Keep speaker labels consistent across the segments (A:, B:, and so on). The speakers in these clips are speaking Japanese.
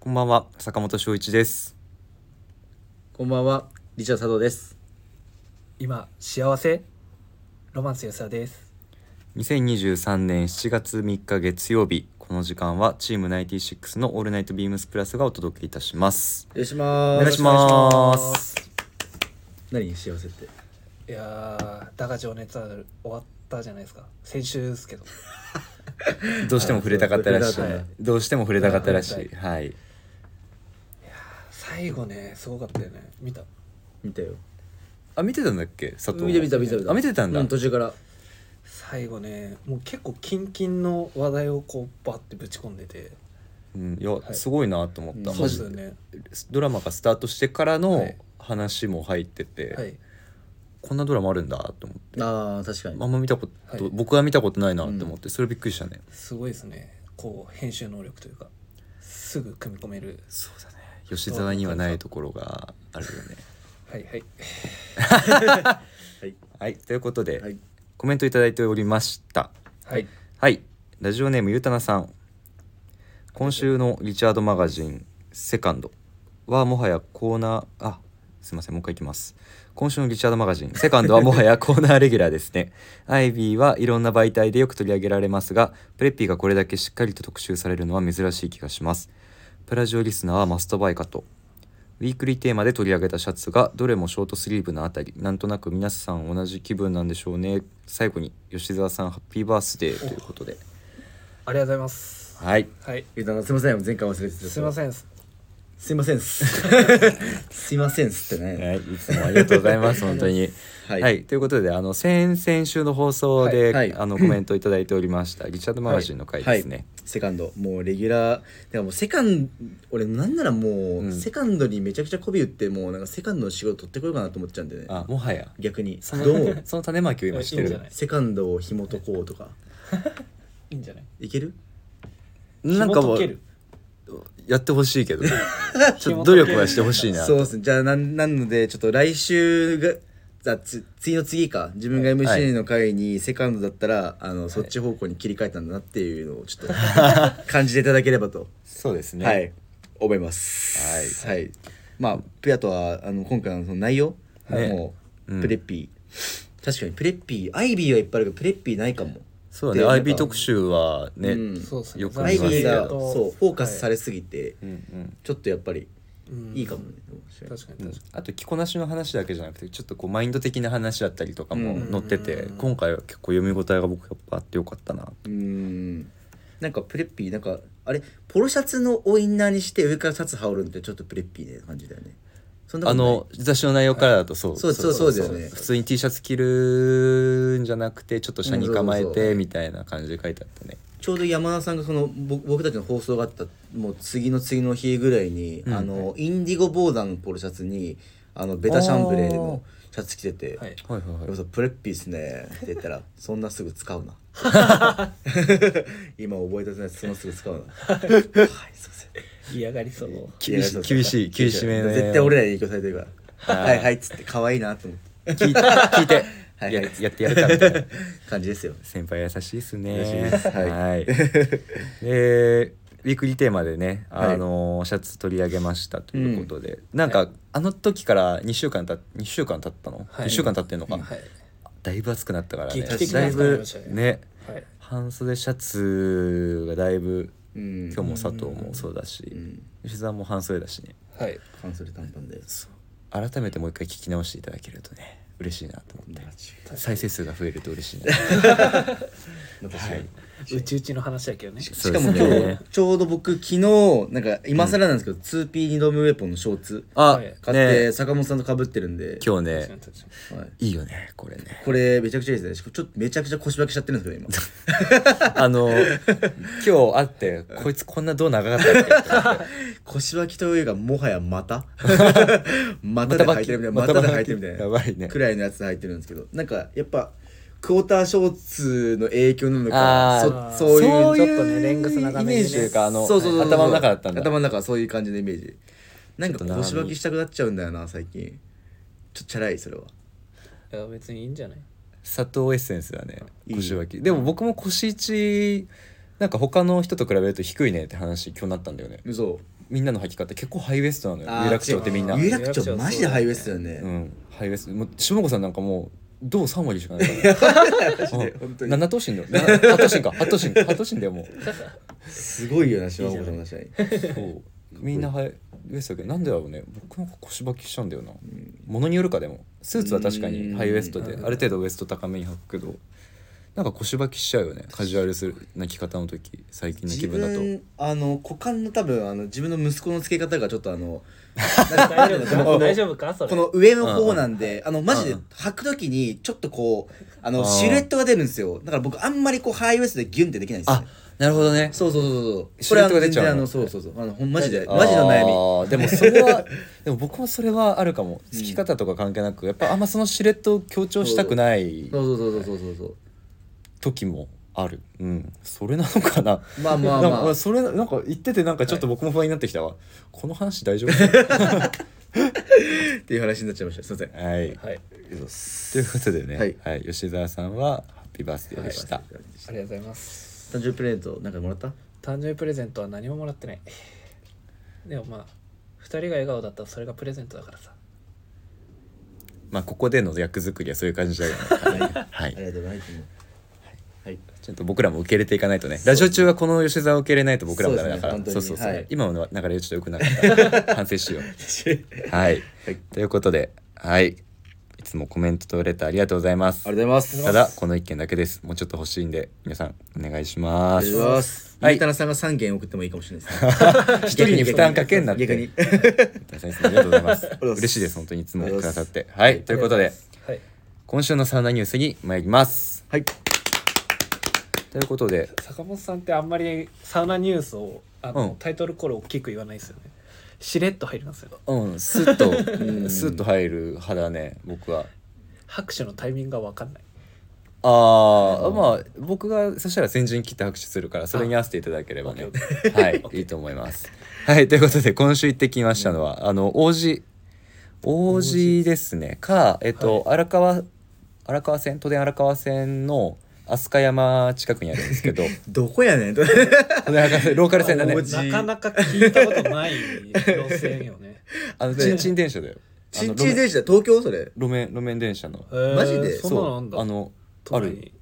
A: こんばんは、坂本翔一です。
B: こんばんは、リチャード佐藤です。
C: 今幸せロマンス安田です
A: 2023年7月3日月曜日、この時間はチーム96のオールナイトビームスプラスがお届けいたします。
B: お願いしま
A: お
B: す。
A: 願いします
B: 何幸せって。
C: いやーだが情熱は終わったじゃないですか先週ですけど
A: どうしても触れたかったらしい
B: あそう触れたかっ。
A: どうしても触れたかったらしい。
C: あ
A: はい。
C: 最後ねすごかったよね見た
B: 見たよ。
A: あ、見てたんだっけ佐藤。
B: 見て見た見た見た。
A: あ、見てたんだ。
B: うん、途中から。
C: 最後ねもう結構キンキンの話題をこうバッてぶち込んでて
A: うん、いや、
C: い
A: すごいなと思った。
B: うん
C: そう
A: は
C: で
A: じ
C: すよね
A: ドラマがスタートしてからの
C: い
A: 話も入ってて、
C: はい
A: こんなドラマあるんだと思って。
B: ああ、確かに。
A: あんま見たこと、
C: はい
A: 僕は見たことないなと思って、それびっくりしたね。
C: すごいですねこう編集能力というかすぐ組み込める
A: そうだね。吉沢にはないところがあるよね。
C: はいはい
B: はい。
A: はい、ということで、
B: はい。
A: コメントいただいておりました。
C: はい
A: はい、ラジオネームゆうたなさん。今週のリチャードマガジンセカンドはもはやコーナー、あ、すみません、もう一回いきます。今週のリチャードマガジンセカンドはもはやコーナーレギュラーですね。 アイビーはいろんな媒体でよく取り上げられますが、プレッピーがこれだけしっかりと特集されるのは珍しい気がします。プラジオリスナーはマストバイかと。ウィークリーテーマで取り上げたシャツがどれもショートスリーブのあたりなんとなく皆さん同じ気分なんでしょうね最後に吉澤さんハッピーバースデーということで
C: ありがとうございます
A: はい
C: はい
B: えっと、すいません、前回忘れてた。
C: すいま
B: ん。
C: せん
B: すいませんっす。 すいませんっすって
A: は
B: ね。
A: い、いつもありがとうございます、 本当に。
B: は
A: はいい、ということで、あの先々週の放送で、
B: はいはい
A: あのコメントいただいておりました。リチャードマガジンの回ですね。
B: セカンドもうレギュラーだからもうセカン俺なんならもう、
A: うん
B: セカンドにめちゃくちゃ媚び売ってもうなんかセカンドの仕事取ってこようかなと思っちゃうんでね
A: あ、もはや。
B: 逆に
A: その
B: どう思う
A: その種まきを今して
C: いいん
A: る
C: じゃない
B: セカンドを紐解こうとか
C: いいんじゃない
B: いける
A: なんかも
C: 紐解け
A: う
C: る
A: やってほしいけど、 ちょっと努力はしてほしいな。
B: そうですねじゃあなんなのでちょっと来週があつ次の次か自分が
A: はい
B: MC の回にセカンドだったら、あのそっち方向に切り替えたんだなっていうのをちょっ と感じていただければと、
A: そうですね。
B: はい思いますはい、まあピアとはあの今回のその内容、
A: ね
B: もう、
A: うん
B: プレッピー確かにプレッピーアイビーはいっぱいあるけどプレッピーないかも
A: そうだね。
B: で
A: IB 特集はね、
B: うん
C: そうですね
A: よく
B: ア
A: 見
B: イ
A: ま
B: ビ
A: す
B: ー
A: け
B: が
A: ど。
B: そうフォーカスされすぎて、
A: うんうん。
B: ちょっとやっぱり
C: うん
B: いいかもね、確かに
C: 確かに確かに
A: あと着こなしの話だけじゃなくてちょっとこうマインド的な話だったりとかも
B: うん
A: 載ってて、
C: うん
A: 今回は結構読み応えが僕やっぱあってよかったな
B: うーんなんかプレッピーなんかあれポロシャツのウインナーにして上からシャツ羽織るのってちょっとプレッピーな感じだよねそんなこ
A: あ
B: とない
A: の雑誌の内容からだとそう、
B: そうそうそうですよね
A: 普通に T シャツ着るんじゃなくてちょっと車に構え
B: うんそうそうそ
A: てみたいな感じで書いてあったね
B: ちょうど山田さんがそのぼ僕たちの放送があったもう次の次の日ぐらいに、
A: ん
B: あのインディゴボーダーのポロシャツにあのベタシャンブレーのシャツ着てて「
C: は
A: は
C: い
A: いはい
B: でも
A: はい
B: さプレッピーっすね」って言ったら「そんなすぐ 使うな」今覚えたてないそんなす ぐ使うな」はいすいません
C: 嫌がりそう
A: 厳しい厳しい厳しめの
B: 絶対俺らに影響されてるから
A: は
B: はいいはいっつって可愛いなと思って
A: 聞いて聞いて
B: はい
A: ややってやるかみたいな
B: 感じですよ
A: 先輩優しいですね
B: 優しいですはい
A: いでウィークリーテーマでね、
B: はい
A: あのーシャツ取り上げましたということで、なんか、あの時から2週間た2週間経ったの、
C: はい
A: 1週間経ってんのか、
C: はい
A: だいぶ暑くなったからね
C: 劇的
A: だ
C: ない暑くなり
A: ぶ
C: ましたね
A: ね
C: はい
A: 半袖シャツがだいぶ
B: うん
A: 今日も佐藤もそうだし、
B: うん
A: 吉沢も半袖だしね
C: はい
B: 半袖短パンで
A: 改めてもう一回聞き直していただけるとね嬉しいなと思って再生数が増えると嬉しいな
B: はい
C: 内々の話だけどね
B: しか
A: そ
B: も
A: うですね
B: 今日ちょうど僕昨日なんか今更なんですけど 2P 二度目ウェポンのショーツ
A: あ、
C: はい
B: 買って
A: ね
B: 坂本さんと被ってるんで
A: 今日ね
C: 確かに確かに
B: はい
A: いいよねこれね
B: これめちゃくちゃいいですねしかもちょっとめちゃくちゃ腰掛けしちゃってるんですけど今
A: あの今日会ってこいつこんなどう長かったっけ
B: 腰掛けというかもはや 股股で
A: ば
B: 履い
A: き
B: てるみたいな
A: また
B: 股
A: ばき
B: で履いてるみたいな
A: やばいね
B: くらいのやつ入ってるんですけどなんかやっぱクォーターショーツの影響なの
A: あ
B: か
C: ー
B: そそういう
C: そういうちょっとねレングス長
A: イメ
C: めに
A: ー
C: ね
A: ジというかあの
B: そうそうそうそう
A: 頭の中だったんだ
B: 頭の中はそういう感じのイメージなん
A: ちょ
B: か
A: っと長めに
B: 腰巻きしたくなっちゃうんだよな最近ちょっとチャラいそれはい
C: や別にいいん じゃない
A: 砂糖エッセンスだね
B: いい
A: 腰脇でも僕も腰位置なんか他の人と比べると低いねって話今日なったんだよね
B: 嘘
A: みんなの履き方結構ハイウエストなのよ
B: あー
A: 有楽町ってみんな
C: や
B: 有
A: う
B: 楽町マジでハイウエストだよね、
A: んハイウエストもう下子さんなんかもうどう3割しかないから
B: マジで本当に
A: 7頭身だよ8頭身か8頭身8頭身だよもう
B: すごいよな島本さんの社員
A: そうみんなハイウエストだけどなんでだろうね僕なんか腰ばきしちゃうんだよなものによるかでもスーツは確かにハイウエストであ
C: う
A: る
C: ん
A: 程度ウエスト高めに履くけどなんか腰ばきしちゃうよねカジュアルする泣き方の時最近の
B: 自
A: 気分だと
B: 分あの股間の多分あの自分の息子の付け方がちょっとあの
D: 大丈夫
B: な
D: か
B: んか
D: 大丈夫かそれ
B: この上の方なんで、あのマジで履くときにちょっとこうあの
A: あー
B: シルエットが出るんですよだから僕あんまりこうハイウエストでギュンってできないんです
A: あ
B: ね
A: なるほどね
B: そうそうそうそう
A: シ
B: こ
A: ル
B: れ
A: エッ
B: は
A: トが出
B: 全
A: ちゃう
B: 然あ
A: の
B: のそうそうそうあのほんマジで
A: あー
B: マジの悩み
A: でもそれはでも僕はそれはあるかも好き方とか関係なくやっぱあんまそのシレットを強調したくない
B: そうそうそうそうそうそう
A: 時もあるうんそれなのかな
B: まあまあ
A: なん
B: ま
A: か
B: あ
A: それなんか言っててなんかちょっと僕も不安になってきたわ、この話大丈夫
B: っていう話になっちゃいましたすいません
A: は
D: は
A: い
D: い
A: ということでね、
B: はい
A: 吉澤さんはハッピーバースデーでした、
C: ありがとうございます
B: 誕生日プレゼントなんかもらった
C: 誕生日プレゼントは何ももらってないでもまあ2人が笑顔だったらそれがプレゼントだからさ
A: まあここでの役作りはそういう感じだよねは
B: あり
A: い
B: がとうございますはい
A: ちょっと僕らも受け入れていかないとねラジオ中はこの吉沢を受け入れないと僕らもダメだから
B: そうですね
A: そう
B: 本当に
A: そうそう、
B: はい
A: 今の流れちょっと良くなかった反省しようはい、
B: はい
A: ということではいいつもコメントとレターありがとうございます
B: ありがとうございます
A: ただこの一件だけですもうちょっと欲しいんで皆さんお願いしま
B: あ
A: す
B: りがとうございます
A: はい
B: ゆうたなさんが三件送ってもいいかもしれないですね
A: 一人に負担かけんなって
B: 逆に
A: 大谷さんありがとうござい ます
B: とうございます
A: 嬉しいです本当にいつも
B: あり
A: く
B: がとう
A: だ
B: ござ
A: さ
B: い
A: っ
B: ます
A: てはいということで
D: はい
A: 今週のサウナニュースに参ります
B: はい
A: ということで
C: 坂本さんってあんまりサウナニュースをあの、
A: うん
C: タイトルコール大きく言わないですよねしれっと入りますよ
A: うんスッと
B: ん
A: スッと入る派だね僕は
C: 拍手のタイミングが分かんない
A: ああまあ僕がそしたら先陣切って拍手するからそれに合わせていただければね
C: あオッ
A: はいいいと思いますはいということで今週行ってきましたのはあの王子王子ですねかえっと、荒川荒川線都電荒川線の飛鳥山近くにあるんですけど
B: どこやねん
A: 都電荒川線ローカル線だね
B: 王子
C: なかなか聞いたことない路線よね
A: あのちんちん電車だよ
B: ちんちん電車東京それ
A: 路面路面電車の
C: へー
B: マジで
C: そんなのあんだ
A: あの
C: 都
A: あ
C: 内
A: る
C: に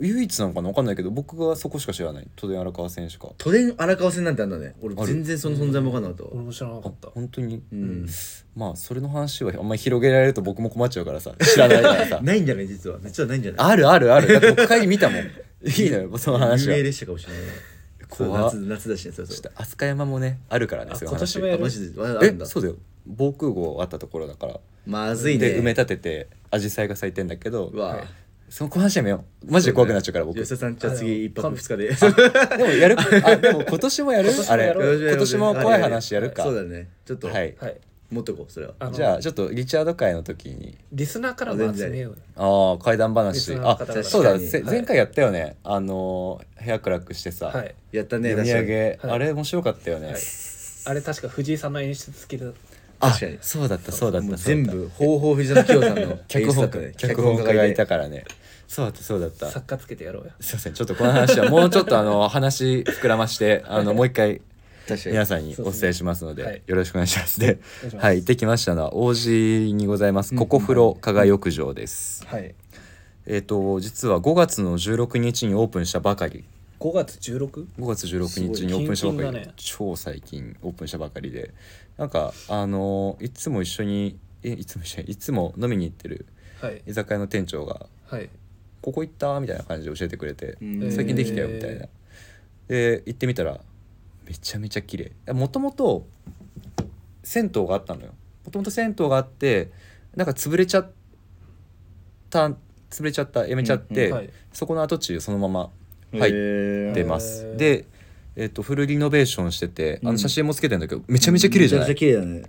A: 唯一なのかなわかんないけど僕がそこしか知らない都電荒川線しか
B: 都電荒川線なんてあんだね俺
A: る
B: 全然その存在も分かんなかった
C: 俺
B: わ
C: も知らなか
A: あ
C: った
A: 本当に
B: うん
A: まあそれの話はあんまり広げられると僕も困っちゃうからさ 知らないからさ
B: ないんじゃない実は実はないんじゃない
A: あるあるあるだって僕帰り見た もんいいの よその話
B: 有
A: は
B: 名列車かもしれないそう
A: 怖っ
B: 夏夏だしねそう
A: そし
B: そ
A: て
B: う
A: 飛鳥山もねあるからね
C: あ
A: そういう
C: 今
A: 話
C: 年もや
B: あ
C: る
B: マジでああるん
A: え
B: だ
A: そうだよ防空壕あったところだから
B: まずいね
A: で埋め立てて紫陽花が咲いてんだけど
B: うわ
A: その話やめようマジで怖くなっちゃうから僕
B: 吉田さんじゃあ次一泊二日で
A: でも やるあでも今年もやるあれ
C: やろ
A: 今年も怖い話やるか
B: そうだねちょっと
A: はい
D: はい
B: 持ってこうそれは
C: あの
A: じゃあちょっとリチャード会の時に
C: リスナーからも集めようよ
A: ああ怪談
C: リ
A: 話
C: スナーの
A: あ
C: 方々
A: そうだ、
B: 確かに
A: せ
C: はい
A: 前回やったよねあのー部屋暗くしてさ、
C: はい
B: やったね
A: 読み上
B: 確
A: げ、
C: はい
A: あれ面白かったよね、
C: はいあれ確か藤井さんの演出付きだ
A: あ
B: 確かに
A: そうだったそうだ
B: か
A: っ
B: にもう
A: た
B: 全部方法藤田清さんの
A: 脚本家、
B: 演出だったね
A: 脚本家がいた
B: 脚
A: からねそうだったそうだったす
C: 作家つけてやろうよ
A: いませんちょっとこの話はもうちょっとあの話膨らましてあのもう一回
B: 本家がいて確かに
A: 皆さんにお伝えしますので
C: そうですね
A: よろしくお願いしますで
C: お願いします
A: はい行ってきましたのは王子にございますここ風呂加賀浴場です、
C: はい
A: えっ、と実は5月の16日にオープンしたばかり
C: 5月 16?
A: 5月16日にオープンしたばか
C: すごいキンキ
A: り、
C: ンだね
A: 超最近オープンしたばかりでなんかあのいつも一緒にえいつも一緒にいつも飲みに行ってる
C: はい
A: 居酒屋の店長が
C: はい
A: 「ここ行った?」みたいな感じで教えてくれて
B: う
A: 「
B: ん
A: 最近できたよ」みたいな。で行ってみたらめちゃめちゃ綺麗もともと銭湯があったのよ。もともと銭湯があってなんか潰れちゃった潰れちゃったやめちゃって、
B: うん
C: はい
A: そこの跡地そのまま入っ
B: 入
A: ってます
C: へー
A: で、えっとフルリノベーションしててあ
B: う
A: の
B: ん
A: 写真もつけてんだけど、めちゃめちゃ綺麗じゃない、
B: めちゃめちゃ綺麗だね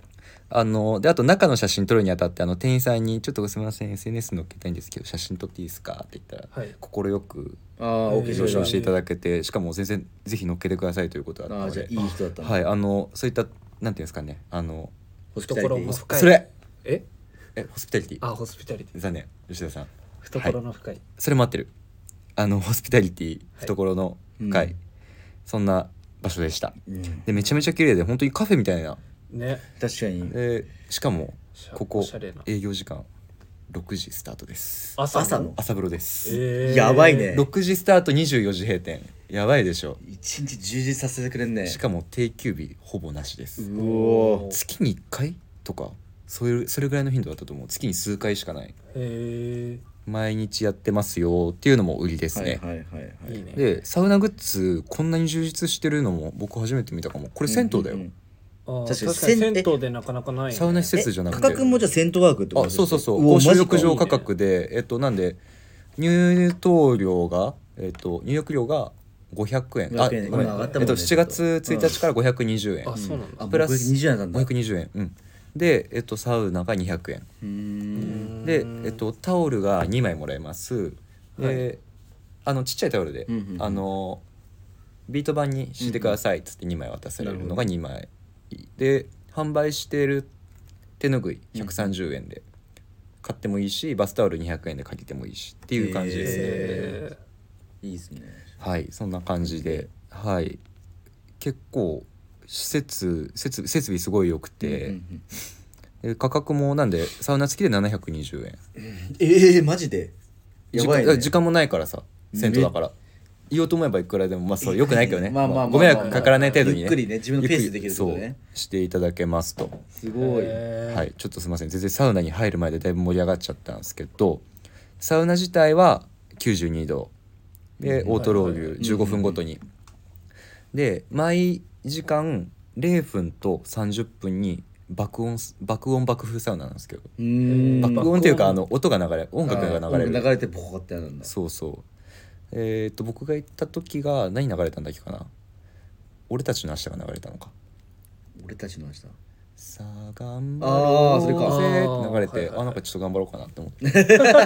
A: あのであと中の写真撮るにあたってあの店員さんに「ちょっとすみません SNS 載っけたいんですけど写真撮っていいですか?」って言ったら
C: はい
A: 快く
B: ああ
C: へー
B: OK
A: 了承していた
B: だ
A: だけてしかも全然ぜひ載っけてくださいということだった
B: あ
A: の
B: あじゃ
A: で
B: あいい人だった
A: はいいあのそういったなんていうんですかねあの
B: ホスピタリテ
C: 懐
B: ィ
C: も深い
A: それ
C: え
A: えホスピタリティ
C: あホスピタリティ
A: 残念吉田さん
C: 懐の深い
A: それも合ってるあのホスピタリティ懐の
B: うん
A: 深い、そんな場所でした
E: うん、
A: でめちゃめちゃ綺麗で本当にカフェみたいな
C: ね
E: 確かに
A: でしかも
C: しゃ
A: ここ
C: おしゃれな
A: 営業時間6時スタートです
C: 朝
E: 朝の
A: 朝風呂です、
C: えー
E: やばいね
A: 6時スタート24時閉店やばいでしょ
E: 一日充実させてくれんね
A: しかも定休日ほぼなしです、
E: うおー
A: 月に1回とかそういうそれぐらいの頻度だったと思う月に数回しかない
C: へ
A: 毎日やってますよっていうのも売りですね、
E: はいはいはいは
C: えいいね
A: でサウナグッズこんなに充実してるのも僕初めて見たかもこれ銭湯だよ、
E: うんうん
C: あー
E: 確
C: 確
E: か
C: か
E: に
C: に
E: 銭
C: 銭湯でなかなかないよね
A: サウナ施設じゃなくて
E: え価格もじゃあ銭湯ワークってこと
A: あそうそうそう
E: お
A: 公衆
E: マジか
A: 浴場価格でえっとなんで入湯料がえっと入浴料が500円あ
E: 500円
A: ごめん
E: 今上がった
A: え
E: も
A: っ
E: んね
A: と7月1日から520円、
C: あそうなんだ
E: あ
A: プラス
E: 僕20円なんだ
A: 520円うんでえっとサウナが200円
E: うー
C: うんん
A: で、えっと、タオルが2枚もらえますで、
C: は
A: あのちっちゃいタオルで、
E: うんうんうん
A: あのビート板にしてくださいっつって2枚渡されるのが2枚、で販売してる手ぬぐい130円で買ってもいいしバスタオル200円で借りてもいいしっていう感じですね、
C: へー
E: いいですね
A: はいそんな感じではい結構施設設設備すごい良く
E: うんう
A: て、
E: ん
A: で価格もなんでサウナ付きで720円
E: うんええマジでやばい
A: 時
E: ね
A: 間時間もないからさ銭湯だから言おうと思えばいくらでもまあそうよくないけどねご迷惑かからない程度にね
E: ゆっくりね自分のペースでできるってこと
A: ゆっく
E: ね
A: りそうしていただけますと、
E: すごい
C: へー
A: はいちょっとすいません全然サウナに入る前でだいぶ盛り上がっちゃったんですけどサウナ自体は92度でオートロー
C: はい
A: ル15分ごとに、で毎時間0分と30分に爆音す爆音爆風サウナなんですけど
E: うーん
C: バック
A: 爆音っていうかあの音が流れ音楽が流れ
E: あー音
A: る
E: 楽流れてポコってなるんだ
A: そうそうえーっと僕が行った時が何流れたんだっけかな俺たちの明日が流れたのか
E: 俺たちの明日
A: 「さあ頑張
E: あーそれか
A: ろうぜ」って流れ
C: あーはいは
A: て
C: い
A: あなんかちょっと頑張ろうかなって思って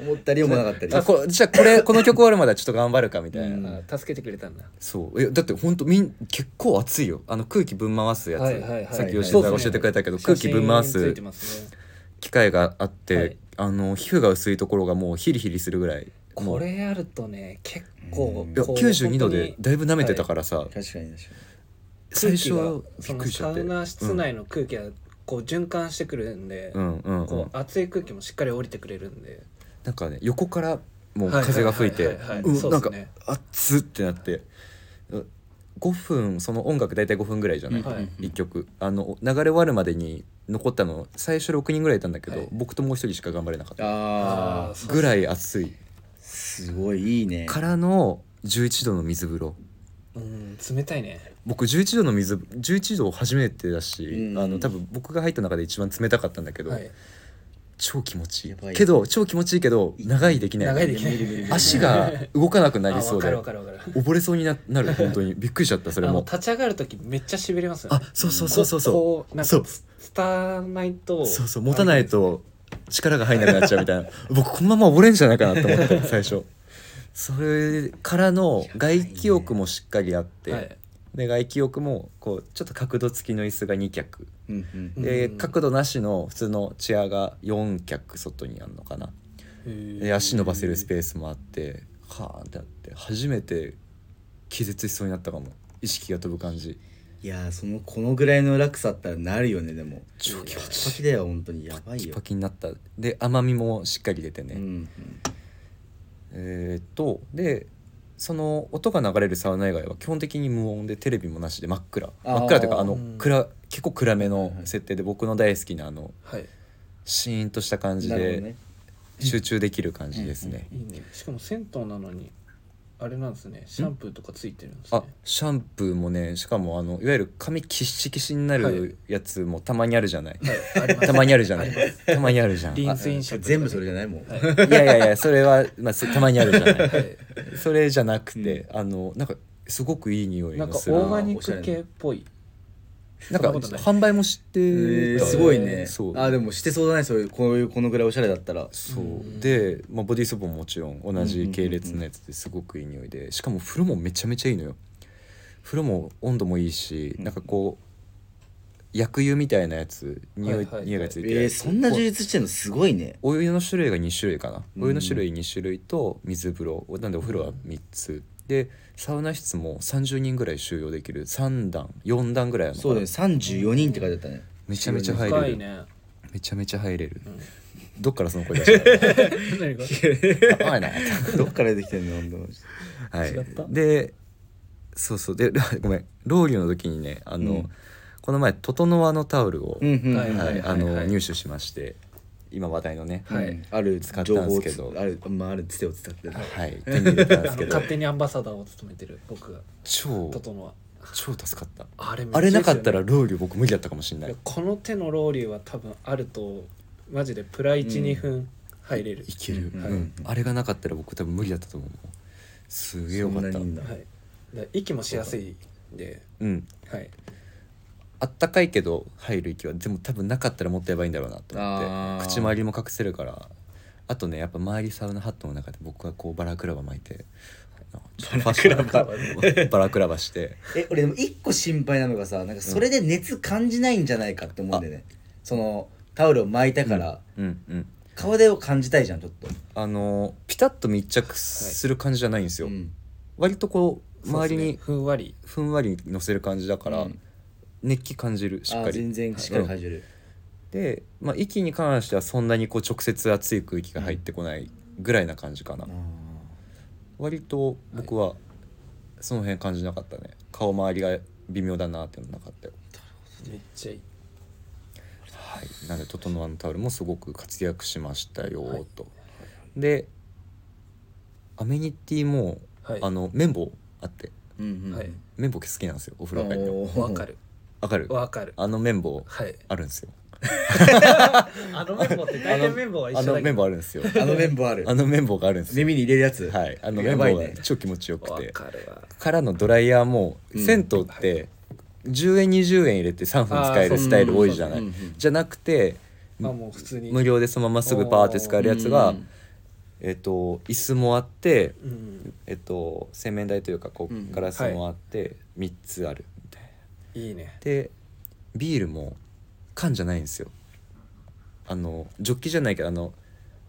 E: 思ったり思わなかったり
A: あこじゃあこれこの曲終わるまではちょっと頑張るかみたいな、
E: うん
C: あ助けてくれたんだ
A: そうえだってほんとみん結構熱いよあの空気ぶん回すやつ、
C: はいはいはい
A: さっき吉田が教えてくれたけど、空気ぶん回
C: 写真つい
A: す
C: てますね
A: 機械があって、
C: はい
A: あの皮膚が薄いところがもうヒリヒリするぐらいもう
C: これやるとね結構
A: いや
C: こう
A: 92度で
C: 本当に
A: だいぶ舐めてたからさ、
E: 確かに確か
A: 最初は
C: 空気
A: びっ
C: が
A: くりしちゃって
C: そのサウナ室内の空気がこう循環してくるんで、
A: うんうんうんうん
C: こう熱い空気もしっかり降りてくれるんで、
A: なんかね横からもう風が吹いて
C: はいはいはいはい
A: うん
C: そう
A: な
C: で
A: ん
C: す
A: か
C: ね
A: 熱ってなってうん5分その音楽大体5分ぐらいじゃない、
C: はい
A: 1曲あの流れ終わるまでに残ったの最初6人ぐらいいたんだけど、
C: はい
A: 僕ともう1人しか頑張れなかっ
E: に
A: た
E: ああ
C: ー
A: ぐらい熱い
E: すごいいいね
A: からの11度の水風呂
C: うん冷たいね
A: 僕11度の水11度初めてだし、
E: うん
A: あの多分僕が入った中で一番冷たかったんだけど、
C: はい
A: 超気持ちいい
E: やばい
A: けど超気持ちいいけど長いできない
C: 長いできな
E: 見る見る見
C: い
E: る
A: 足が動かなくなり
C: あ
A: そう
C: わか
A: で
C: るわかるわかる
A: 溺れそうになな る本当にびっくりしちゃったそれ
C: あの
A: も
C: 立ち上がる時めっちゃしびれますよ
A: あ
C: ね
A: そうそうそうそうそ
C: こうなん
A: そう
C: かつ伝わないと
A: うそうそう持たないと力が入んなくなっちゃうみ たいな僕このまま溺れんじゃないかなと思って最初それからの外気浴もしっかりあって、
C: はい
A: で外気浴もこうちょっと角度付きの椅子が2脚
E: うんうん
A: で
C: うん
A: 角度なしの普通のチェアが4脚外にあるのかな
C: へー
A: で足伸ばせるスペースもあってはあってなって初めて気絶しそうになったかも意識が飛ぶ感じ
E: いやーそのこのぐらいの落差あったらなるよねでも
A: 超気持
E: パ
A: ち
E: キパ
A: いい
E: キだよ本当にやば
A: パ
E: い
A: キ
E: よ
A: パキになったで甘みもしっかり出てね、
E: うんうん
A: えーっとでその音が流れるサウナ以外は基本的に無音でテレビもなしで真っ暗
E: あー
A: 真っ暗というかあの、
C: うん
A: 暗結構暗めの
E: はい
A: 設定で僕の大好きなあの
C: はい
A: シーンとした感じ
E: なるほど
A: で
E: ね
A: 集中できる感じですね、
C: いいねしかも銭湯なのにあれなんですねシャンプーとかついてるんですね
A: あシャンプーもねしかもあのいわゆる髪キッシキシにな
C: はい
A: るやつもたまにあるじゃない、
C: はいあります
A: たまにあるじゃ ない
C: ありま
A: たまにあるじゃん
C: リ
A: い
C: ンスインシャンプー
E: 全部それじゃないもん
C: はい
A: やいやいやそれは、まあ、そたまにあるじゃないそれじゃなくて、あのなんかすごくいい匂い
C: なん
A: が
C: かオ
A: するな
C: ー
A: んか
C: ガニック系っぽいそんなことない
A: 販売も知ってた
E: えーすごいね
A: そう
E: あーでもしてそうだねそういうこういうこのぐらいおしゃれだったら
A: そう
C: うん
A: で、まあ、ボディーソープももちろん同じ系列のやつですごくいい匂いでしかも風呂もめちゃめちゃいいのよ風呂も温度もいいし、
E: うん
A: なんかこう薬湯みたいなやつ匂い,、
C: はいはいはい
A: 匂いがつい
E: え
A: てるや
E: ー
A: つ
E: そんな充実してんのすごいね
A: おお湯の種類が2種類かな、
E: うん
A: お湯の種類2種類と水風呂なんでお風呂は3つでサウナ室も30人ぐらい収容できる3段4段ぐらいあるのか
E: そ
A: な
E: うだね34人って書いてあったね
A: めちゃめちゃ入
C: 深
A: れ
C: い
A: る、
C: ね。
A: めちゃめちゃ入れる、
C: ん
A: どっからその声出したの
C: 何が
A: 黙れな
E: どっから出てきてんの本当マジで
A: はい
C: 違った、
A: でそうそうで ごめんロウリュの時にねあの、
E: うん
A: この前トトノワのタオルを、
E: うんうん
C: はい
A: はい
C: はい
A: あ
C: は
A: の
C: い
A: 入手しまして今話題のね、
E: はい、
C: はい
E: ある
A: 使ったんですけど
E: 情報をつあるまああるつてを使ってる
A: はい、手に入れたんですけ ど
C: 勝手にアンバサダーを務めてる僕が
A: 超
C: トトノは
A: 超助かった
C: あれめっちゃ
A: あれなかった
C: い
A: らロウリュ僕無理だったかもしれない
C: やこの手のロウリュは多分あるとマジでプラ
E: うん
C: 12分入れる
A: い、ける、
E: うん
A: うんあれがなかったら僕多分無理だったと思うすげえよかった
E: そんなにいいんだ
C: はい、だから息もしやすいんで、
A: うん
C: はい、
A: あったかいけど入る息はでも多分なかったらもっとやばいんだろうなと思
E: あー
A: って口周りも隠せるからあとねやっぱ周りサウナハットの中で僕はこうバラクラバ巻いてバラクラババラクラバして
E: え俺でも一個心配なのがさなんかそれで熱感じないんじゃないかって思うんだよね、そのタオルを巻いたから、
A: うんうん
E: 顔でを感じたいじゃんちょっと
A: あのピタッと密着する感じじゃないんですよ、
E: うん
A: 割とこう周り
C: そうですね
A: に
C: ふんわり
A: ふんわり乗せる感じだから、
E: うん
A: 熱気感じるしっか
E: あ
A: り
E: 全然しっかり感じる、
A: で、まあ、息に関してはそんなにこう直接熱い空気が入ってこないぐらいな感じかな、
E: あ
A: 割と僕はその辺感じなかったね顔周りが微妙だなっていうのなかったよ
C: めっちゃいい
A: はいなので「整わぬタオル」もすごく活躍しましたよ
C: はい
A: と、でアメニティも、
C: はい
A: あの綿棒あって
E: ーうんうん
C: はい
A: 綿棒好きなんですよお風呂入りの
E: おー
C: わかる
A: わかる
C: わかる
A: あの綿棒
C: はい
A: あるんですよ
C: あの綿棒って大体綿棒は一
A: あ
C: 緒
A: の
C: だけ
A: 綿
C: ど
A: 棒あるん ですよ
E: あの綿棒ある
A: あの綿棒があるんですよ
E: 耳に入れるやつ
A: はいあの
E: や
A: 綿
E: ばい
A: 棒
E: ね
A: が超気持ちよく
C: わ
A: て
C: かるわ
A: からのドライヤーも
E: うん
A: 銭湯って10円20円入れて3分使える
C: あーそう
A: スタイル多いじゃない
E: うんうん
A: じゃなくて
C: まあもう普通に
A: 無料でそのまますぐパーって使えるやつが
E: うん
A: えっと椅子もあって
C: うん
A: えっと洗面台というかこ
E: うん
A: うガラスもあって3つあるみたいない
C: いね
A: でビールも缶じゃないんですよあのジョッキじゃないけどあの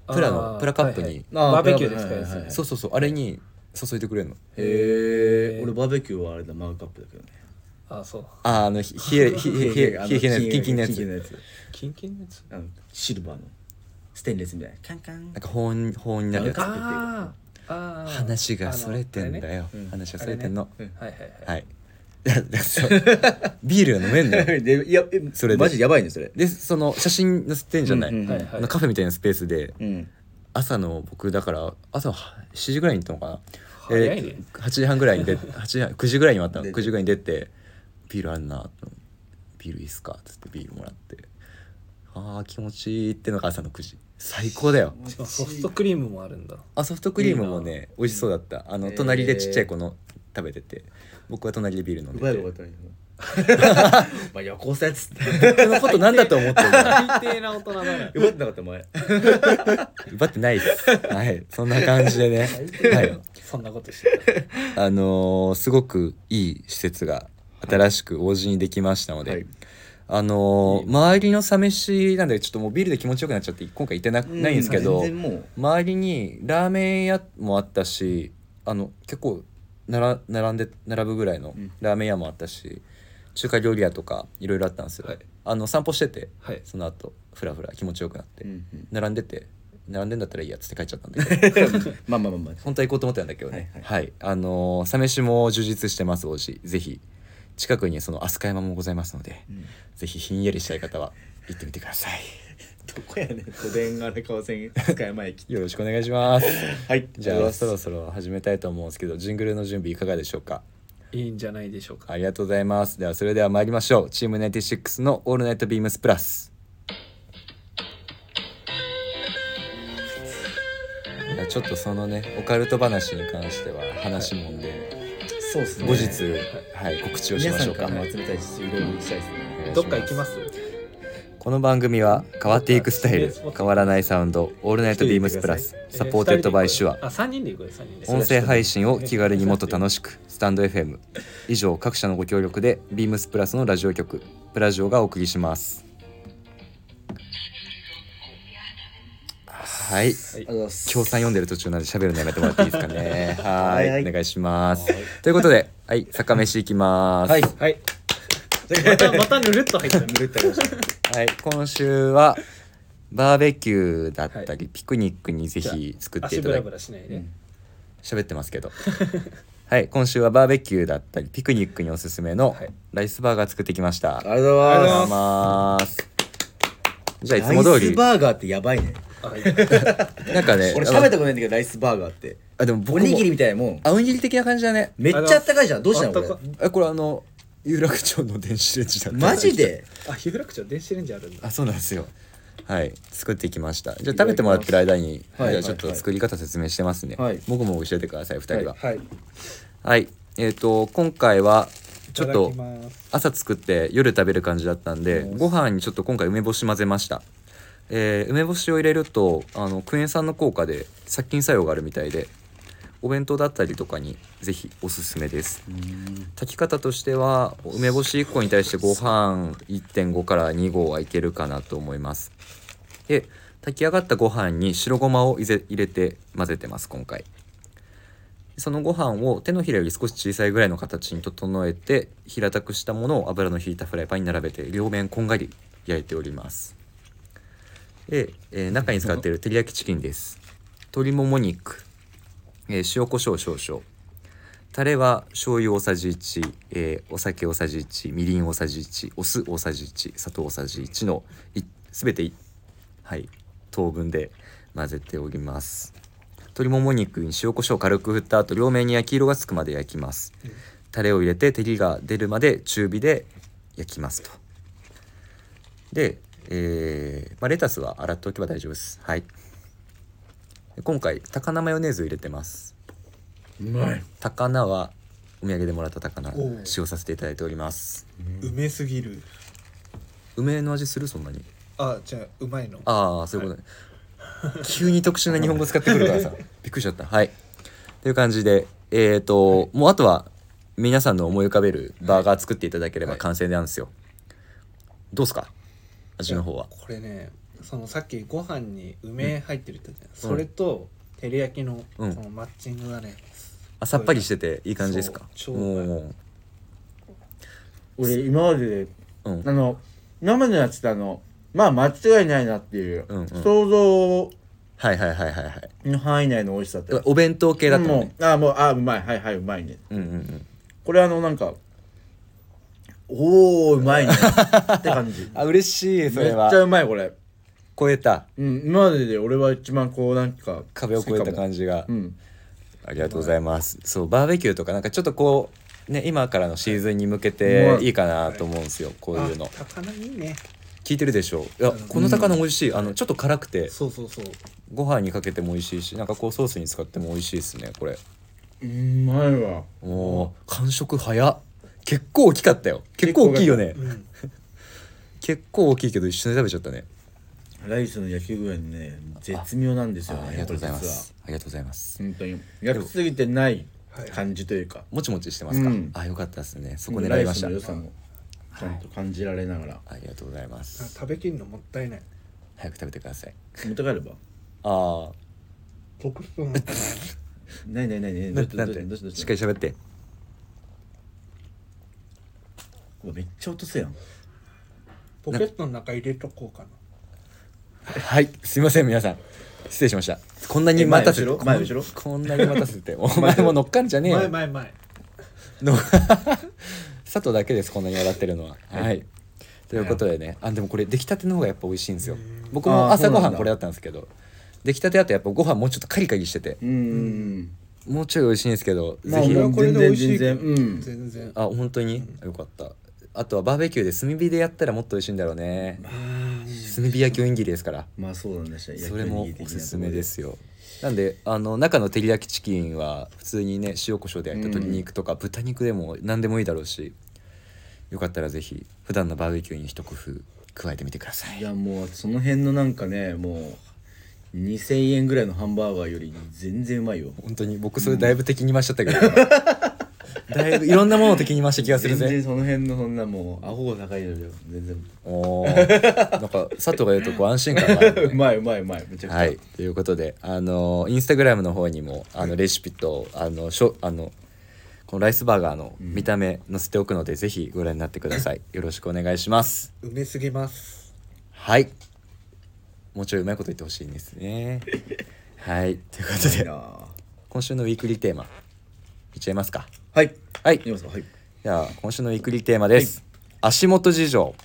A: プラ
C: あ
A: の
C: ー
A: プラカップ
C: はいは
A: に
C: いバーベキューですか
E: はい
C: ら
E: はいはい
A: そうそうそうあれに注いでくれるの
E: へえ俺バーベキューはあれだマグカップだけどね
C: あそう
A: あーあのひ冷 え冷え冷え冷え冷えのやつキンキンのや
E: キンキンの
A: つ
E: やつ
C: キンキンのやつ
E: あのシルバーのステンレスみたいなカンカン
A: なんか保温保温になるやつ
E: あ
C: あーあー
A: 話がそれてんだよ、
E: あのあれねうん
A: 話がそれてんの、
E: れね
C: あのあれねはい
A: は
C: はいはい
A: いいやだからそう ビールが飲めんのよ
E: で いやえ
A: それで
E: マジやばいねそれ
A: でその写真載せてんじゃない、
E: うんうん
C: はいは
A: あ
C: い
A: のカフェみたいなスペースで
E: うん
A: 朝の僕だから朝は7時ぐらいに行ったのかな、
C: 早いね
A: えー8時半ぐ らいに出8時半9時ぐらいに終わった
E: 出
A: の
E: て
A: 9時ぐらいに出てビールあんなビールいいっすかっつってビールもらってあー気持ちいいってのが朝の9時最高だよ
C: しかもソフトクリームもあるんだ
A: あソフトクリームもね美味しそうだったあの
E: えー
A: 隣でちっちゃい子の食べてて僕は隣でビール 飲んで
E: 奪えばよか
A: て
E: ったねお前夜行さやつって
A: 僕のことなんだと思ってるの
C: 最低な大人だな
E: 奪ってなかったお前
A: 奪ってな いですはいそんな感じでねはい
C: そんなことして
A: あのーすごくいい施設が新しく王子にできましたので、
E: はい
A: あのー周りのサ飯なんでちょっともうビールで気持ちよくなっちゃって今回行ってなないんですけど、
E: 全然もう
A: 周りにラーメン屋もあったしあの結構なら並んで並ぶぐらいの
E: うん
A: ラーメン屋もあったし、中華料理屋とかいろいろあったんですよ、
C: はい
A: あの散歩してて
C: はい
A: その後フラフラ気持ちよくなって、
E: うんうん
A: 並んでて並んでんだったらいいやっつって帰っちゃったんだけど
E: まあまあま あまあ
A: 本当は行こうと思ってたんだけどね
E: は
A: はいい、あのーサ飯も充実してますおじぜひ近くにその飛鳥山もございますので、
E: うん
A: ぜひひんやりしたい方は行ってみてください
E: どこやねん都電荒川線塚山駅
A: よろしくお願いします
E: はい
A: じゃあそろそろ始めたいと思うんですけどジングルの準備いかがでしょうか
C: いいんじゃないでしょうか
A: ありがとうございますではそれでは参りましょうチーム96の「オールナイトビームスプラス」いやちょっとそのねオカルト話に関しては話もんで、
E: そうですね
A: 後日、はい、告知をし
E: 皆
A: ま
E: さ
A: しょ
E: ん
A: う
E: か
A: から
E: も集めたいしいろいろ行きたいです
A: お
E: ね
A: 願いし
C: どっか行きますす
A: この番組は変わっていくスタイル変わらないサウンド「オールナイトビームスプラス」サポーテッドバイシュア
C: あ3人で行こうよ3人で
A: 音声配信を気軽にもっと楽しくスタンド FM 以上各社のご協力でビームスプラスのラジオ局プラジオがお送りしますはい
E: りがとうございます
A: 共産読んでる途中なんで喋るのやめてもらっていいですかねはーい
E: はいはい
A: お願いしますということではい坂飯いきます
E: はい
C: はいまたまたぬるっと入ったぬ
E: ぬるっとやりました
A: はい、今週はバーベキューだったり、
C: は
A: ピクニックにぜひ作って
C: 足
A: いた
C: ブ
A: だ
C: ラ
A: き
C: ブラしないで、
A: 喋ってますけど はい今週はバーベキューだったりピクニックにおすすめの
C: はい
A: ライスバーガー作ってきました、
E: ありがとうござい
C: ありがとうござ
E: ま
C: い
E: す
A: ますじゃあいつも通
E: ライ
A: り
E: スバーガーってやばいね
C: あいいね
A: なんかね
E: 俺食べたことないんだけどライスバーガーって
A: あでも僕
E: お
A: も
E: にぎりみたいなもん
A: あおにぎり的な感じだね
E: めっちゃあったかいじゃんどうしたの
C: あっ
E: こ
C: たか
E: れ
A: あこれあの有楽町の電子レンジだった
E: マジで
C: あ有楽町電子レンジあるんだ
A: あそうなんですよはい作ってきましたじゃあ食べてもらってる間にじゃ
E: はい
A: あちょっと作り方説明してますね
E: はい
A: もごもご教えてください2人は
C: はいい
A: はい、えっ、と今回はち
C: た
A: ょっ
C: だ
A: と
C: きます
A: 朝作って夜食べる感じだったんでご飯にちょっと今回梅干し混ぜました、えー梅干しを入れるとあのクエン酸の効果で殺菌作用があるみたいでお弁当だったりとかにぜひおすすめです炊き方としては梅干し1個に対してご飯1.5から2合はいけるかなと思いますで炊き上がったご飯に白ごまを入れ入れて混ぜてます今回そのご飯を手のひらより少し小さいぐらいの形に整えて平たくしたものを油の引いたフライパンに並べて両面こんがり焼いておりますで、えー中に使っている照り焼きチキンです鶏もも肉、えー塩コショウ少々タレは醤油大さじ1、えーお酒大さじ1みりん大さじ1お酢大さじ1砂糖大さじ1のい全ていはい等分で混ぜております鶏もも肉に塩コショウを軽く振った後両面に焼き色がつくまで焼きますタレを入れて照りが出るまで中火で焼きますとで、えーまあ、レタスは洗っておけば大丈夫ですはいで今回高菜マヨネーズを入れてます
E: うまい
A: 高菜はお土産でもらった高菜
C: おう
A: 使用させていただいております
C: うめすぎる
A: 梅の味するそんなに
C: あじゃあうまいの
A: ああそういうことね、急に特殊な日本語使ってくる からさびっくりしちゃったはいという感じでえっ、と、もうあとは皆さんの思い浮かべるバーガー作っていただければ
E: はい
A: 完成なんですよ、どうすか味の方は
C: これねそのさっきご飯に梅入ってるって言ったじゃん、それと照り焼きのそ
A: うん
C: のマッチングがね、
A: あさっぱりしてていい感じですか
C: そう超うまい
A: も
E: 俺今までで
A: ううん
B: あの今までのやつってあのまあ間違いないなっていう、
A: うんうん
B: 想
A: はいはいはいはいはい
B: 像の範囲内の美味しさって
A: お弁当系だったの
B: も
A: ね
B: うあもうあうまいはいはいうまいね
A: うんうんうん
B: これあのなんかおおう まいねって感じ
A: あ嬉しいそ
B: めっ
A: れ
B: ち
A: は
B: ゃうまいこれ、
A: 超えた
B: うん、今までで俺は一番こうなんか
A: 壁を越えた
B: じ
A: 感じが、
B: うん
A: ありがとうございます。そうバーベキューとかなんかちょっとこうね今からのシーズンに向けて
B: はい
A: いいかなと思うんですよ。こういうの
C: あ高菜いいね
A: 聞いてるでしょう。いやこの高菜美味しい。あのちょっと辛くて
C: そうそうそう
A: ご飯にかけても美味しいし、なんかこうソースに使っても美味しいですね。これ。
B: うまいわ
A: おお完食早っ。結構大きかったよ。結構大きいよね
C: う。ん
A: 結構大きいけど一緒に食べちゃったね。
B: ライスの焼き具合にね絶妙なんですよね
A: あありがとうございま
B: これ実は
A: す。ありがとうございます。
B: 本当に焼きすぎてない
C: はい
B: 感じというか、
A: もちもちしてますか
B: うん。
A: あ良かったですね。そこ狙いました
B: ラ。イスの良さもちゃんと感じられながら、
A: ありがとうございま
C: あ
A: す。
C: 食べきるのもったいない
A: 早く食べてください。
B: 持って帰れば
A: ああ。
C: 特殊 な
B: ないないないない
A: なん
B: どう
A: て
B: し
A: な
B: た
A: ん
B: どうしたどうし
A: てしっ
B: たどうし
A: たかり喋って。
B: うわめっちゃ落とすやん
C: ポケットの中入れとこうかな
A: はい、すいません皆さん。失礼しました。こんなに待たせて、
B: え前後ろ
A: こんこんな
B: 前後ろ
A: に待た せて、お前も乗っかんじゃねえよ
C: 前。前前
A: の 佐藤だけですこんなに笑ってるのは。はい。ということでね、あでもこれ出来たての方がやっぱ美味しいんですよ。僕も
B: あーそ
A: 朝
B: うなんだ
A: ごはんこれだったんですけど、出来たてだとやっぱご飯もうちょっとカリカリしてて、
B: うーん
A: もうちょい美味しいんですけど、ぜ
B: まあ
A: ひ
C: 俺はこれで美味しいけど
B: 全然全然うん
C: 全然
A: あ本当によかった。あとはバーベキューで炭火でやったらもっと美味しいんだろうね。炭火焼きおにぎりですから。
B: まあそうなんでした
A: それもおすすめですよなんであの中の照り焼きチキンは普通にね塩コショウで焼いた鶏肉とか豚肉でも何でもいいだろうし、よかったらぜひ普段のバーベキューに一工夫加えてみてくださ
B: い
A: い
B: やもうその辺のなんかねもう2000円ぐらいのハンバーガーより全然うまいよ
A: 本当に僕それだいぶ敵に回しちゃったけど、だいぶいろんなものを敵に回した気がする
B: 全
A: ぜ
B: 然その辺のそんなもうアホが高いのよ全然
A: おーなんか佐藤が言うとこう安心感があるね、
B: うまいうまいうまいめちゃくちゃ、
A: はい、ということであのインスタグラムの方にもあのレシピとあのしょあのこのライスバーガーの
B: うん
A: 見た目載せておくので、ぜひご覧になってくださいよろしくお願いします
C: うめすぎます
A: はいもうちょいうまいこと言ってほしいんですねはいということ
B: いい
A: で
B: なあ
A: 今週のウィークリーテーマいっちゃいますか
B: はい
A: はい
B: いますかはい
A: じゃあ今週のウィークリーテーマです、足元事情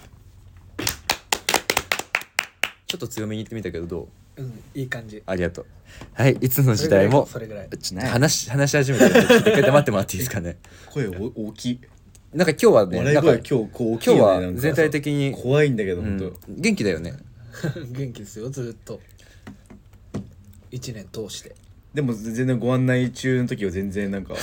A: ちょっと強めに言ってみたけどどう
C: うんいい感じ
A: ありがとう。はい、いつの時代も。
C: それぐらいそれぐらい
A: ちょっと話し、話し始めたので、ちょっと一回黙ってもらっていいですかね。
B: 声お大きい
A: なんか今日はね、
B: 笑い
A: なん
B: 声
A: か
B: 今日こう大きい
A: 今日
B: よね
A: は
B: なんか
A: 全体的に、
B: 怖いんだけ
A: う
B: ど本当、
A: ん、元気だよね。
C: 元気ですよずっと一年通して
B: でも全然ご案内中の時は全 然なんか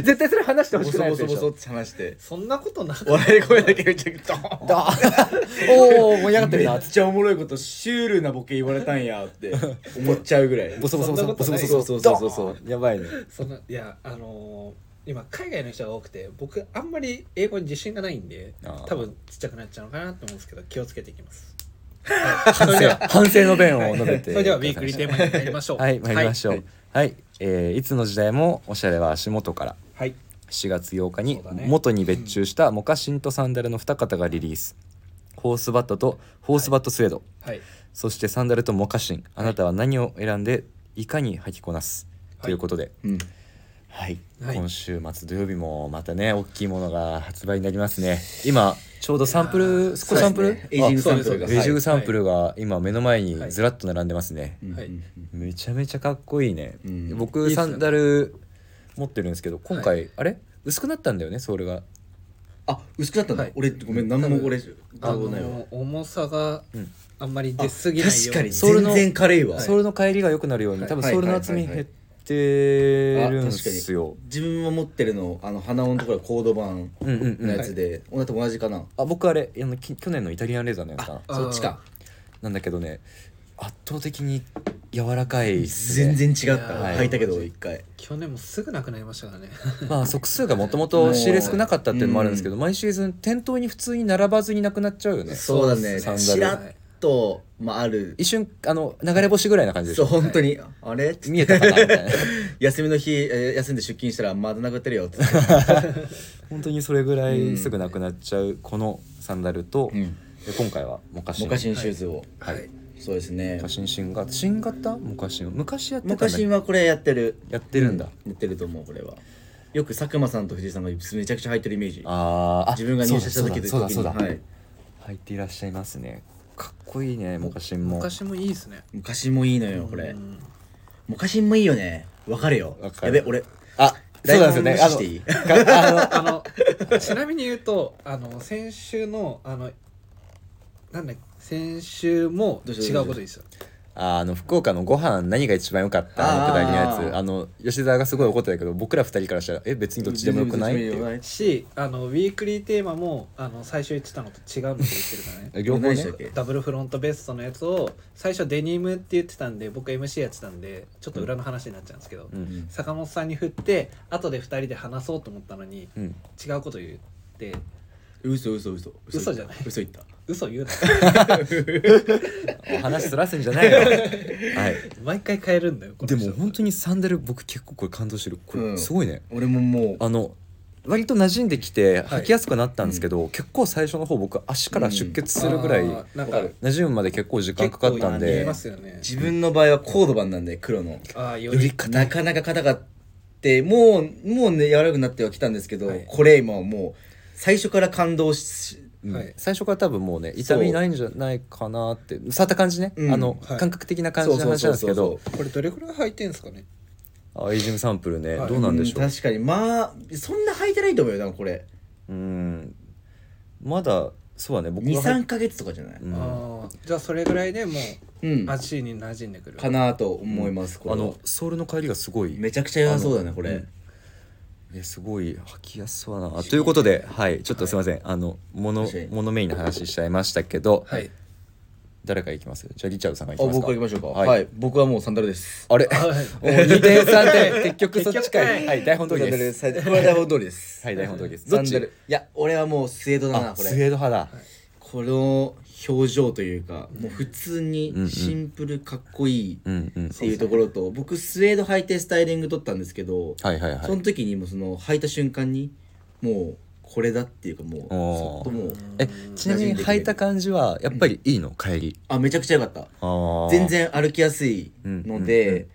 A: 絶対それ話して
B: ボ
A: ほし
B: ソ
A: くない
B: ボ
A: やつ
B: ソ
A: で
B: ボ
A: し
B: ソ
A: ょ
B: っ。て話して
C: そんなことなかった
B: 笑い声だけめちゃくちゃドーン
A: あおお、盛り上がってる
B: め
A: な
B: っ。ちゃおもろいことシュールなボケ言われたんや って思っちゃうぐらい
A: ボソボソボソボソボソ
B: そうそうそうそうそう
A: やばいね。
C: そんないやあのー今海外の人が多くて僕あんまり英語に自信がないんで
A: あー
C: 多分ちっちゃくなっちゃうのかなと思うんですけど気をつけていきます
A: 反省、反省の弁を述べて。
C: それではウィークリーテーマに参りましょう
A: はい、参りましょう。はい、えーいつの時代もおしゃれは足元から。
C: はい
A: 4月8日
C: そ
A: に
C: うだね
A: 元に別注したモカシンとサンダルの2型がリリース、ホースバットとホースバットスウェード、
C: はい
A: そしてサンダルとモカシンあなたは何を選んでいかに履きこなす、
C: い
A: ということで、
B: うん
A: はい
C: はい
A: 今週末土曜日もまたね大きいものが発売になりますね今ちょうどサンプル少しサンプル、
B: エイジングサンプル
A: あ
B: が
A: エイジング
B: は
A: サンプルが今目の前にずらっと並んでますね、
B: いうん
C: はい
B: うん
A: めちゃめちゃかっこいいね、
B: うん
A: 僕
C: いいっす
A: サ
C: よね
A: ンダル持ってるんですけど今回、あれ薄くなったんだよねソールが
B: あ薄くなったんだ、
C: はい
B: 俺ごめん何も俺
C: あ
B: 情報
C: の
B: ないわ
C: ー重さが
A: うん
C: あんまり
B: あ
C: 出すぎないように
B: 確かに
A: ソールの
B: 全然軽いわ、
A: ソールの帰りが良くなるように、
C: はい
A: 多分
B: はい
A: ソールの厚み減ってるんですよ、
B: 自分も持ってるのあの鼻音のところがコード版
A: うんうんうん
B: のやつで、おなたも同じかな
A: あ僕あれあのき去年のイタリアンレザーのやつかな
C: あ
B: そっちか
A: なんだけどね圧倒的に柔らかいっすね
B: 全然違った、
A: はい
B: 履いたけど一回
C: 去年もすぐなくなりましたからね
A: まあ足数がもともと仕入れ少なかったっていうのもあるんですけど、毎シーズン店頭に普通に並ばずになくなっちゃうよね
B: そうだね
A: サンダル
B: ちらっと、まあ、ある
A: 一瞬あの流れ星ぐらいな感じでし
B: そう
A: ょ
B: 本当に、あれ
A: 見えたかなみたい な
B: 休みの日、えー休んで出勤したらまだなくなってるよっつって、
A: 本当にそれぐらいすぐなくなっちゃうこのサンダルと、で今回はモカシン
B: モカシンシューズを、
A: はい
B: そうですね
A: モカシン新型新型モカシン昔やってた
B: モ
A: んだ
B: カ
A: っけ
B: シンはこれやってる
A: やってるんだ、
B: やってると思うこれはよく佐久間さんと藤井さんがめちゃくちゃ履いてるイメージ
A: あーあ
B: 自分が入社した時
A: そうだ
B: 時
A: そうだそ
B: に
A: うだ、
B: はい
A: 入っていらっしゃいますねかっこいいねモカシンも
C: 昔もいいですね
B: モカシンもいいのよこれ
C: うん
B: モカシンもいいよねわかるよ
A: わか
B: や
A: る
B: べ俺
A: あそうなんですよね
B: 台本無視していい
A: あのかあの
C: あのちなみに言うとあの先週のあのなんだっけ先週も
B: どうし
C: 違
B: た
C: う
B: どうした
C: ことですよ
A: あの福岡のご飯何が一番良かったのくだりのやつあの吉沢がすごい怒ってたけど僕ら二人からしたらえ別にどっちでもよくないって
B: どっちでも
A: いう
B: よく
C: しあのウィークリーテーマもあの最初言ってたのと違うのと言ってるからね
A: 両方
B: 何
A: ね
B: でしたっけ
C: ダブルフロントベストのやつを最初デニムって言ってたんで僕 MC やってたんでちょっと裏の話になっちゃうんですけど、
A: うん
C: 坂本さんに振って後で2人で話そうと思ったのに
A: うん
C: 違うこと言って
B: 嘘嘘嘘
C: 嘘じゃない
B: 嘘言った
C: 嘘言うな
A: お話そらすんじゃないよはい
C: 毎回変えるんだよこ
A: で
C: の人
A: も本当にサンダル僕結構これ感動してるこ
B: う
A: れ
B: ん
A: すごいね、
B: 俺ももう
A: あの割と馴染んできて
C: は
A: 履
C: い
A: きやすくなったんですけど、結構最初の方僕足から出血するぐらい、
C: あーなんか
B: わかる
A: 馴染むまで結構時間かかったん
C: 結構言
A: で
C: いますよね
B: 自分の場合はコード版なんで黒の
C: ああよ
B: より
C: り
B: なかなか硬かってもうもうね柔らかくなってはきたんですけど、
C: はい
B: これ今はもう最初から感動し
A: うん
C: はい
A: 最初から多分もうね痛みないんじゃないかなって触った感じね、
B: うん
A: あの、
C: はい
A: 感覚的な感じの話なんですけど
C: これどれくらい履いてんすかね
A: あエイジングサンプルね、
C: はい
A: どうなんでしょう
B: う確かにまあそんな履いてないと思うよなこれ
A: うんまだそうだね僕が入っ
B: 23か月とかじゃない
A: うん
C: ああじゃあそれぐらいでも
B: うん
C: う足に馴染んでくる、
B: かなと思います、こ
A: あ
B: れは
A: のソールの帰りがすごい
B: めちゃくちゃ良さそうだねこれ、
A: うんえすごい履きやすそうだなということではいちょっとすいません、あのモノ
B: 確かに
A: モノメインの話しちゃいましたけど、
C: はい
A: 誰か行きますじゃあリチャードさんが行きますか
B: 僕行きましょうか
A: はい、
B: はい僕はもうサンダルです
A: あれ
C: はい
A: お2点3点結局そっちか
C: 結局か
A: い
C: い
A: はい台本通りです
B: すこれ台本通り です
A: はい台本通りです
B: サンダ
A: どっ
B: ルいや俺はもうスウェードだな
A: あ
B: こ
A: スウェー
B: れ
A: ド派だ
B: この表情というかもう普通
A: うんうん
B: にシンプルかっこいい
A: うんうん
B: っていうところと僕スウェード履いてスタイリング撮ったんですけど
A: はいはいはい
B: その時にもうその履いた瞬間にもうこれだっていうかもう
A: おー
B: そっともう
A: えちなみに履いた感じはやっぱりいいの帰り
B: あめちゃくちゃ良かった
A: ああ
B: 全然歩きやすいので、
A: うんうんう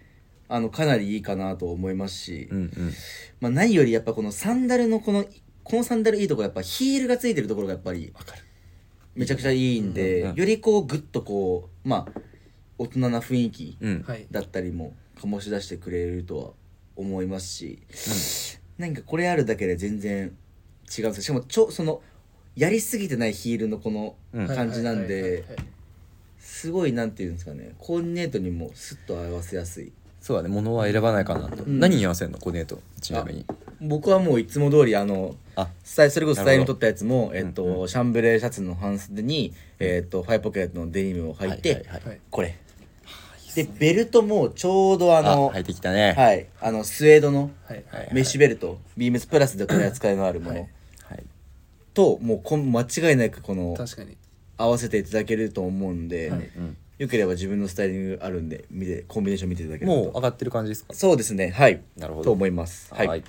B: あのかなりいいかなと思いますし、
A: うんうん
B: まあ、何よりやっぱこのサンダルのこのこのサンダルいいとこやっぱヒールがついてるところがやっぱりめちゃくちゃいいんで、
A: うんうん
B: よりこうグッとこうまあ大人な雰囲気
A: うん
C: はい
B: だったりも醸し出してくれるとは思いますし、なんかこれあるだけで全然違うんですよしかもちょそのやりすぎてないヒールのこの
A: うん
B: 感じなん
C: はいはいはい
B: で
C: はい
B: すごいなんていうんですかねコーディネートにもスッと合わせやすい
A: そうだね物は選ばないかなと、
B: ん
A: 何に合わせるのコーディネートちなみに
B: 僕はもういつも通りあの
A: あ
B: スタイルそれこそスタイルに取ったやつも、えっと
A: うん
B: シャンブレーシャツの半袖に、えっとファイポケットのデニムを履いて、
A: はいはいはい
C: はい
B: これでベルトもちょうどあの
A: あ履いてきたね
B: はいあのスウェードの
C: はい
A: はいはい
B: メッシュベルト、ビームスプラスで取り扱いのあるもの、
A: はい
B: ともうこん間違いなくこの
C: 確かに
B: 合わせていただけると思うんで、よければ自分のスタイリングあるんで見てコンビネーション見ていただければ
A: もう
B: と
A: 上がってる感じですか
B: そうですねはい
A: なるほど
B: と思いますはい、
A: はい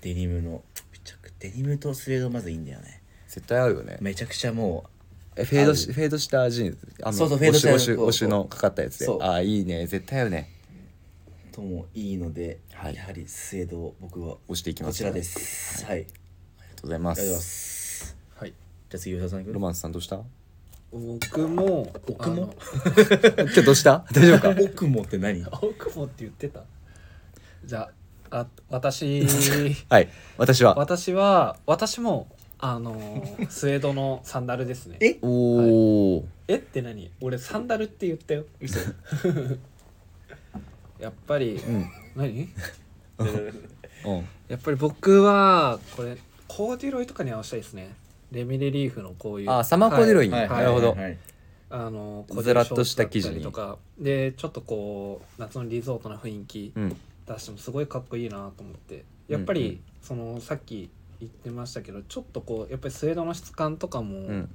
B: デニムのめちゃくデニムとスウェードまずいいんだよね
A: 絶対合うよね
B: めちゃくちゃも
A: えフェードしフェードしたジーンズあの
B: そうそうフェードした
A: ウォッシュウォッシュ
B: そうそう
A: ウォッシュのかかったやつで
B: そう
A: ああいいね絶対合うね
B: うともいいので、
A: はい
B: やはりスウェードを僕は
A: 押していきます
B: こちらですは
A: あ
B: い、
A: りがとうございま
B: ありがとうございますす
C: はい
B: じゃあ次吉田さん行
A: ロ
B: く
A: マンスさんどうした
C: 僕も
B: 僕も
A: 今日どうした大丈夫か
B: 奥もって 何
C: あの 僕もって言ってたじゃああ私
A: はい私は
C: 私は私もあのースウェードのサンダルですね
B: え
A: おお、
C: えって何俺サンダルって言ったよ嘘やっぱり
A: うんうん
C: 何やっぱり僕はこれコーデュロイとかに合わせたいですねレミレリーフのこういう
A: あサマーコーデュロイに、
B: はい
A: なるほど、
B: はいはい
C: あの
A: ずらっとした生地に
C: コーデュロイショーツだったりとかでちょっとこう夏のリゾートな雰囲気
A: うん
C: 出してもすごいかっこいいなと思ってやっぱ
A: うんう
C: り
A: ん
C: そのさっき言ってましたけどちょっとこうやっぱりスウェードの質感とか
A: う
C: も
A: ん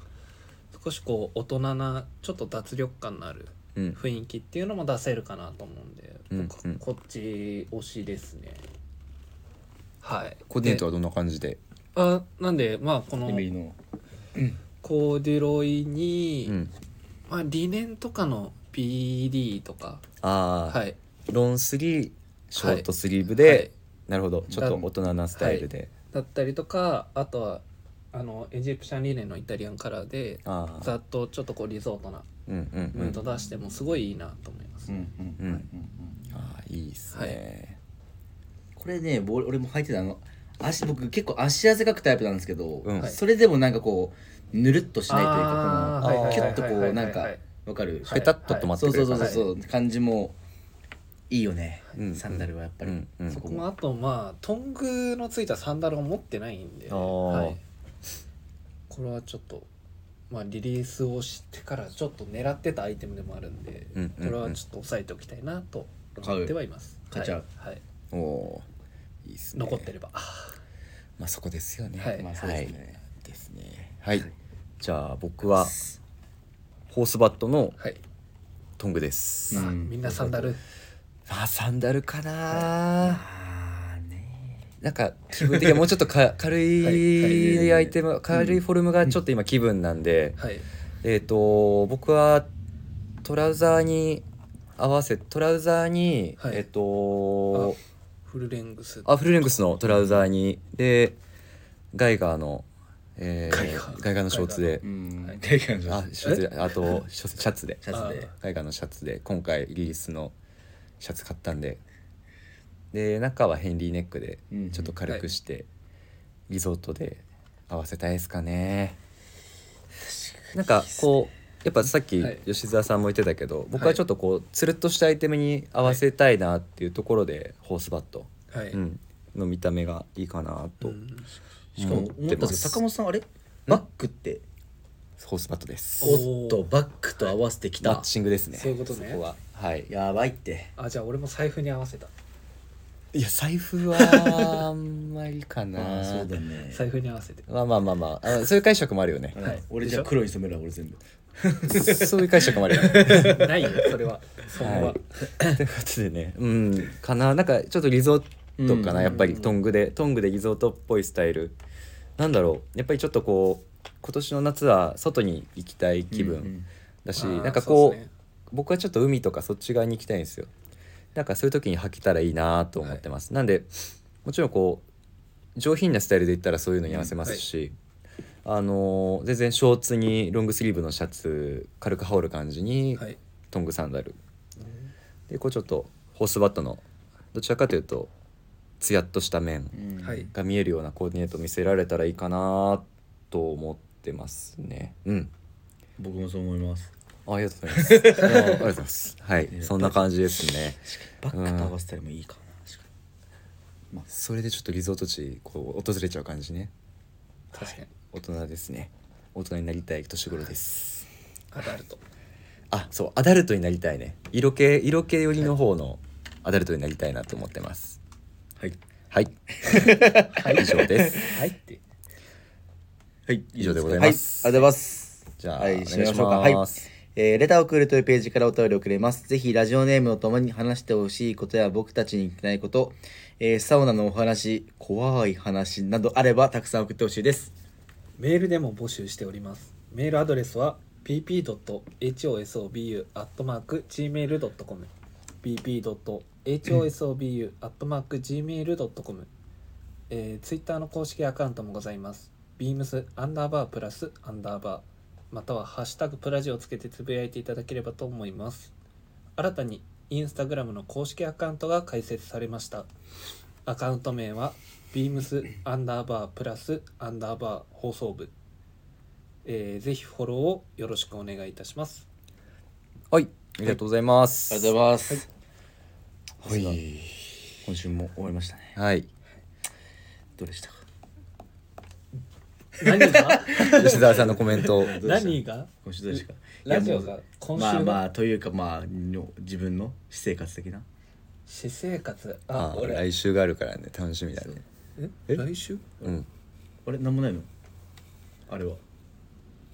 C: 少しこう大人なちょっと脱力感のある
A: うん
C: 雰囲気っていうのも出せるかなと思うんで
A: うん
C: 僕
A: うん
C: こっち推しですねはい
A: コーディネートはどんな感じで
C: あなんでまあこの
B: レミリの
C: コーデュロイに、
A: うん
C: まあ、リネンとかの PD とか
A: ああ、
C: はい
A: ロンスリーショートスリーブで、
C: はい
A: なるほどちょっと大人なスタイルで、
C: だったりとかあとはあのエジプシャンリネンのイタリアンカラーで
A: ああ
C: ざっとちょっとこうリゾートな
A: うんうんう
C: ムー
A: ん
C: ド出してもすごいいいなと思います、
B: うんうん
A: うん
B: うん
A: ああいいっすね、
B: これねぼ俺も履いてたあの足僕結構足汗かくタイプなんですけど、
A: うん
B: それでもなんかこうぬるっとしないという
C: あ
B: か
C: ー
B: こ
A: はいは
B: の
A: い
B: キュ
A: はい
B: ッとこ
C: は
B: う
C: い
B: なんか
C: はい
B: わかる
A: ペタッと止まって
B: そう
A: くれ
B: そう
A: る感
B: そう
A: じ
B: そうそう感じもいいよね、
A: うん
B: サンダルはやっぱり、
A: うんうん
B: そこ
C: 僕
B: も
C: もあとまあトングのついたサンダルを持ってないんで、
A: あー
C: はい、これはちょっと、まあ、リリースをしてからちょっと狙ってたアイテムでもあるんで、
A: うんうんうん
C: これはちょっと押さえておきたいなと思ってはいます、
B: 買う買っちゃう
C: はいはい
A: おおーいいっすね
C: 残ってれば
A: まあそこですよね
C: はい
B: まあそうですね
A: はいですねはいじゃあ僕はホースバットの
C: はい、
A: トングです、
B: うん
C: あみんなサンダル
A: まあサンダルかな、
B: ああね
A: なんか気分的にはもうちょっと か軽いアイテム軽いフォルムがちょっと今気分なんで、
C: はい
A: えっ、と僕はトラウザーに合わせトラウザーに、
C: はい
A: えっ、と
C: フルレングス
A: あフルレングスのトラウザーにでガイガーの、えー
C: ガイガー
A: ガイガーのショーツで
B: うん、
C: はい
B: 大感じ
A: あショーツであとショシャツで
B: シャツで
A: ガイガーのシャツで今回イギリスのシャツ買ったんでで中はヘンリーネックで
B: うん
A: ちょっと軽くして、リゾートで合わせたいですかね。なんかこうやっぱさっき
C: はい
A: 吉澤さんも言ってたけど、僕
C: は
A: はいちょっとこうつるっとしたアイテムに合わせたいなっていうところで、ホースバット、
C: はい、
A: うん、の見た目がいいかなと
C: うん
B: しかも思ったんですけど坂本さんあれバッグって
A: ホースバットです
C: お
B: おっとバックと合わせてき
A: マ
B: た
A: ッチングですね
C: そういうことね
A: そこははい
B: やばいって
C: あじゃあ俺も財布に合わせた
A: いや財布はあんまりか
B: あ ー
A: な
B: そうだね
C: 財布に合わせて
A: まあまあまあまああそういう解釈もあるよね
B: はい俺じゃあ
C: でしょ
B: 黒に染めるわ俺全部
A: そういう解釈もあるよね
C: ないよそれはそんな、
A: はいということでねうんかななんかちょっとリゾートかな、
B: うん
A: やっぱりトングでトングでリゾートっぽいスタイルなんだろうやっぱりちょっとこう今年の夏は外に行きたい気
B: うんう
A: 分
B: ん
A: だし、
C: あー
A: なんかこう
C: そですね
A: 僕はちょっと海とかそっち側に行きたいんですよだからそういう時に履けたらいいなと思ってます、なんでもちろんこう上品なスタイルで言ったらそういうのに合わせますし、あのー全然ショーツにロングスリーブのシャツ軽く羽織る感じに、
C: はい
A: トングサンダルでこうちょっとホースバットのどちらかというとツヤっとした面
B: うん
C: はい
A: が見えるようなコーディネート見せられたらいいかなと思ってますねうん
B: 僕もそう思います
A: あありがとうございますあーありがとうございますはい
B: ね
A: そんな感じですね
B: バックと合わせたりもいいかな確か
A: それでちょっとリゾート地こう訪れちゃう感じね
C: 確かに
A: 大人ですね大人になりたい年頃です
C: アダルト
A: あそうアダルトになりたいね色気色気寄りの方のアダルトになりたいなと思ってます
B: にはい
A: はい、 以上です
C: はいって
B: はい
A: 以上でございます
B: はいありがとうございます
A: じゃあ、
B: はい
A: お願いしま
B: 締めまし
A: す
B: ょうかはいえーレターを送るというページからお便りをくれます。ぜひラジオネームをともに話してほしいことや僕たちに聞きたいこと、えーサウナのお話、怖い話などあればたくさん送ってほしいです。
C: メールでも募集しております。メールアドレスは pp.hosobu.gmail.com pp.hosobu.gmail.com えー、ツイッターの公式アカウントもございます。beams アンダーバープラスアンダーバーまたはハッシュタグプラジをつけてつぶやいていただければと思います。新たにインスタグラムの公式アカウントが開設されました。アカウント名は beams アンダーバープラスアンダーバー放送部、えー、ぜひフォローをよろしくお願いいたします
A: はいありがとうございます、
B: ます。
A: は
B: はいい。今週も終わりましたね。
A: はい
B: どうでしたか
C: 何が
A: 吉沢さんのコメン ト
C: 何が
B: 今週どうでしたか
C: ラジオ
B: いや
C: が
B: もう
C: 今
B: まあ
C: 週
B: ま
C: の
B: あ、というかまあ、の自分の私生活的な。
C: 私生活あ
A: あ
C: 俺
A: 来週があるからね楽しみだね
C: え
A: え
C: 来週
A: うん
B: あれ、なんもないのあれは。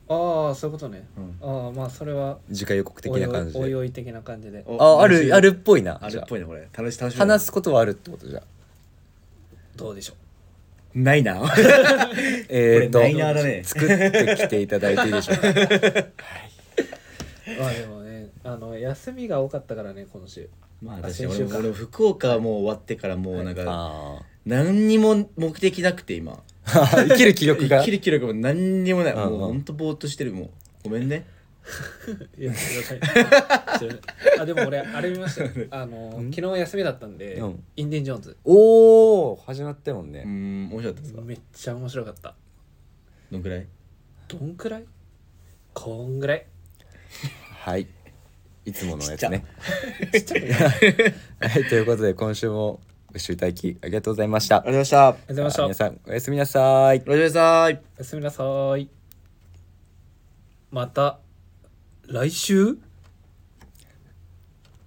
C: ああそういうことね、
B: うん
C: ああまあそれは
A: 次回予告的な感じ
C: おい
A: で
C: おい的な感じで
B: お
A: ああ
B: 来週
A: るあるっぽいな
B: あ
A: じ
B: れ
A: ゃ
B: っ
A: あ
B: ぽいな、これ。楽し楽しみだね
A: 話すことはあるってことじゃあ
C: どうでしょ
B: ないな。
A: えー、と
B: これナイナーだね
A: 作ってきていただいていいでしょうか
C: うまあでもねあの休みが多かったからね今週
B: まあ、
C: あ
B: 私
C: 先
B: 俺
C: 週か
B: も俺も福岡はもう終わってからもう なんか、
A: あ
B: 何にも目的なくて今
A: あ生きる気力が
B: 生きる気力も何にもない
A: うんうん
B: もうほんとぼーっとしてるもうごめんね
C: いや了解ちょあでも俺あれ見ましたよあの
A: ん
C: 昨日休みだったんで、
A: うん
C: インディ・ジョーンズ
A: おお始まったもん
B: う
A: ね、
B: ーん面白かったですか
C: めっちゃ面白かった
B: どんくらい
C: どんくらいこんぐらい
A: はいいつものやつね
C: ちっちゃくないありがと
A: はいということで今週もご視聴いただきありがとうございました
B: ありがとうございました
C: うございました
A: 皆さんおやすみなさい
B: おやすみなさい
C: おやすみなさーいまた来週